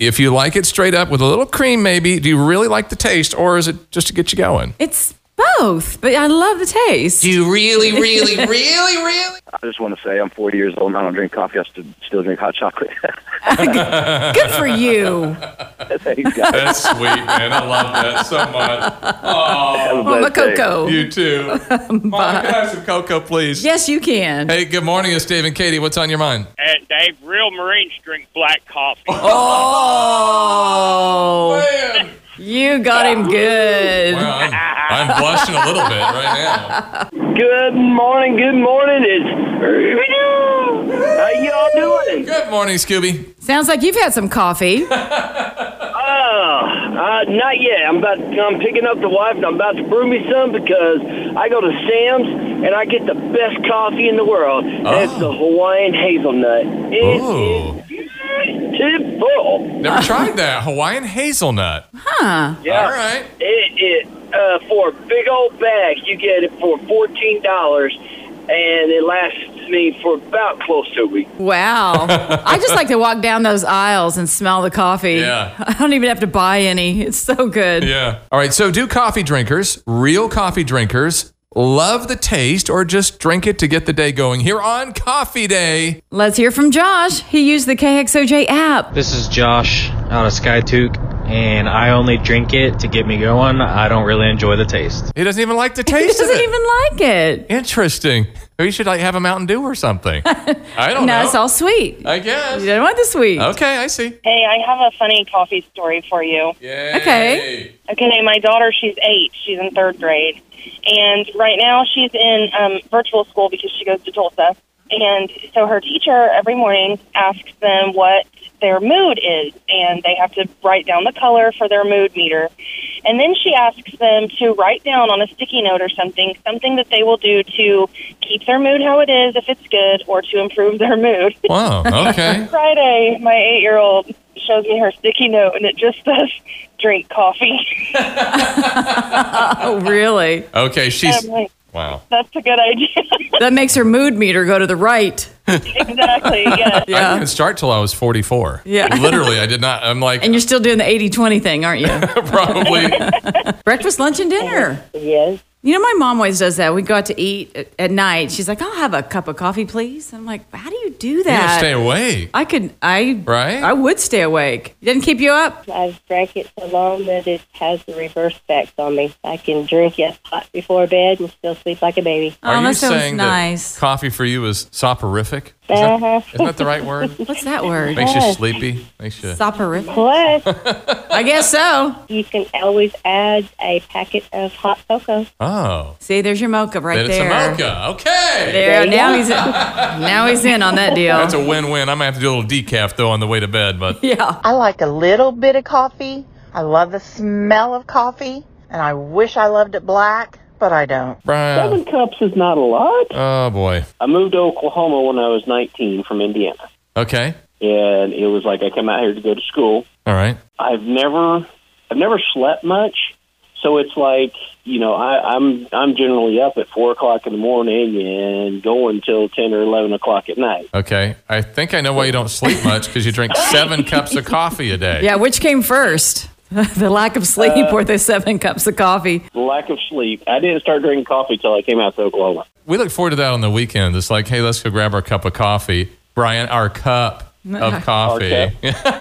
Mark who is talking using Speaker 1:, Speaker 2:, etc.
Speaker 1: If you like it straight up with a little cream, maybe, do you really like the taste or is it just to get you going?
Speaker 2: It's both, but I love the taste.
Speaker 3: Do you really, really, really, really?
Speaker 4: I just want to say I'm 40 years old and I don't drink coffee. I st- still drink hot chocolate.
Speaker 2: Good for you.
Speaker 4: Thanks, guys.
Speaker 1: That's sweet, man. I love that so much.
Speaker 4: Have a
Speaker 2: Mama
Speaker 4: blessed day.
Speaker 2: Coco.
Speaker 1: You too. Mom, can I have some cocoa, please?
Speaker 2: Yes, you can.
Speaker 1: Hey, good morning. It's Dave and Katie. What's on your mind?
Speaker 5: And Dave, real Marines drink black coffee.
Speaker 2: Oh,
Speaker 1: Man.
Speaker 2: you got him good.
Speaker 1: Well, I'm, I'm blushing a little bit right now.
Speaker 4: Good morning. Good morning. It's how y'all doing?
Speaker 1: Good morning, Scooby.
Speaker 2: Sounds like you've had some coffee.
Speaker 4: Uh, not yet. I'm about. I'm picking up the wife and I'm about to brew me some because I go to Sam's and I get the best coffee in the world. And It's the Hawaiian hazelnut. It
Speaker 1: Ooh.
Speaker 4: is beautiful.
Speaker 1: Never tried that. Hawaiian hazelnut.
Speaker 4: Yeah.
Speaker 1: All right.
Speaker 4: It, it uh, for a big old bag, you get it for fourteen dollars, and it lasts me for about close to a week.
Speaker 2: Wow. I just like to walk down those aisles and smell the coffee.
Speaker 1: Yeah.
Speaker 2: I don't even have to buy any. It's so good.
Speaker 1: Yeah. All right. So, do coffee drinkers, real coffee drinkers, love the taste or just drink it to get the day going here on Coffee Day?
Speaker 2: Let's hear from Josh. He used the KXOJ app.
Speaker 6: This is Josh out of Skytook, and I only drink it to get me going. I don't really enjoy the taste.
Speaker 1: He doesn't even like the
Speaker 2: He
Speaker 1: taste of
Speaker 2: doesn't
Speaker 1: it.
Speaker 2: even like it.
Speaker 1: Interesting. Maybe you should like have a Mountain Dew or something. I don't
Speaker 2: No,
Speaker 1: know.
Speaker 2: it's all sweet.
Speaker 1: I guess.
Speaker 2: You don't want the sweet.
Speaker 1: Oh, Okay, I see.
Speaker 7: Hey, I have a funny coffee story for you.
Speaker 1: Yay.
Speaker 2: Okay.
Speaker 7: Okay, my daughter, she's eight. She's in third grade. And right now she's in um, virtual school because she goes to Tulsa. And so her teacher every morning asks them what their mood is. And they have to write down the color for their mood meter. And then she asks them to write down on a sticky note or something, something that they will do to keep their mood how it is if it's good or to improve their mood.
Speaker 1: Wow. Okay.
Speaker 7: Friday, my eight year old shows me her sticky note and it just says, drink coffee.
Speaker 2: Oh, really?
Speaker 1: Okay. She's.
Speaker 7: I'm like,
Speaker 1: Wow.
Speaker 7: That's a good idea.
Speaker 2: That makes her mood meter go to the right.
Speaker 7: exactly. Yes.
Speaker 1: I didn't even start till I was 44.
Speaker 2: Yeah.
Speaker 1: Literally, I did not. I'm like,
Speaker 2: And you're still doing the 80 20 thing, aren't you?
Speaker 1: probably.
Speaker 2: Breakfast, lunch, and dinner.
Speaker 7: Yes.
Speaker 2: You know, my mom always does that. We go out to eat at, at night. She's like, I'll have a cup of coffee, please. I'm like, how do you do
Speaker 1: You gotta
Speaker 2: that?
Speaker 1: stay awake.
Speaker 2: I could, I,
Speaker 1: Right?
Speaker 2: I would stay awake. It didn't keep you up?
Speaker 8: I've drank it so long that it has the reverse effects on me. I can drink it hot before bed and still sleep like a baby.
Speaker 1: Are
Speaker 2: oh,
Speaker 1: you
Speaker 2: that sounds
Speaker 1: saying
Speaker 2: nice.
Speaker 1: that coffee for you is soporific? Is that-
Speaker 8: Uh-huh.
Speaker 1: isn't that the right word?
Speaker 2: What's that word?
Speaker 1: Makes you sleepy. Makes you.
Speaker 2: Soporific.
Speaker 8: Plus,
Speaker 2: I guess so.
Speaker 8: you can always add a packet of hot cocoa.
Speaker 1: Oh,
Speaker 2: See, there's your mocha right
Speaker 1: then it's a
Speaker 2: there.
Speaker 1: mocha. Okay.
Speaker 2: There, now he's now he's in on that deal.
Speaker 1: That's a win-win. I'm gonna have to do a little decaf though on the way to bed, but
Speaker 2: yeah.
Speaker 9: I like a little bit of coffee. I love the smell of coffee, and I wish I loved it black, but I don't.
Speaker 1: Brian,
Speaker 4: cups is not a lot.
Speaker 1: oh boy.
Speaker 4: I moved to Oklahoma when I was 19 from Indiana.
Speaker 1: Okay.
Speaker 4: And it was like I came out here to go to school.
Speaker 1: All right.
Speaker 4: I've never I've never slept much. So it's like, you know, I, I'm I'm generally up at four o'clock in the morning and going till ten or eleven o'clock at night.
Speaker 1: Okay. I think I know why you don't sleep much because you drink seven cups of coffee a day.
Speaker 2: Yeah, which came first? the lack of sleep
Speaker 1: Uh,
Speaker 2: or the seven cups of coffee?
Speaker 4: The lack of sleep. I didn't start drinking coffee till I came out to Oklahoma.
Speaker 1: We look forward to that on the weekend. It's like, hey, let's go grab our cup of coffee, Brian. Our cup of coffee.
Speaker 4: cup.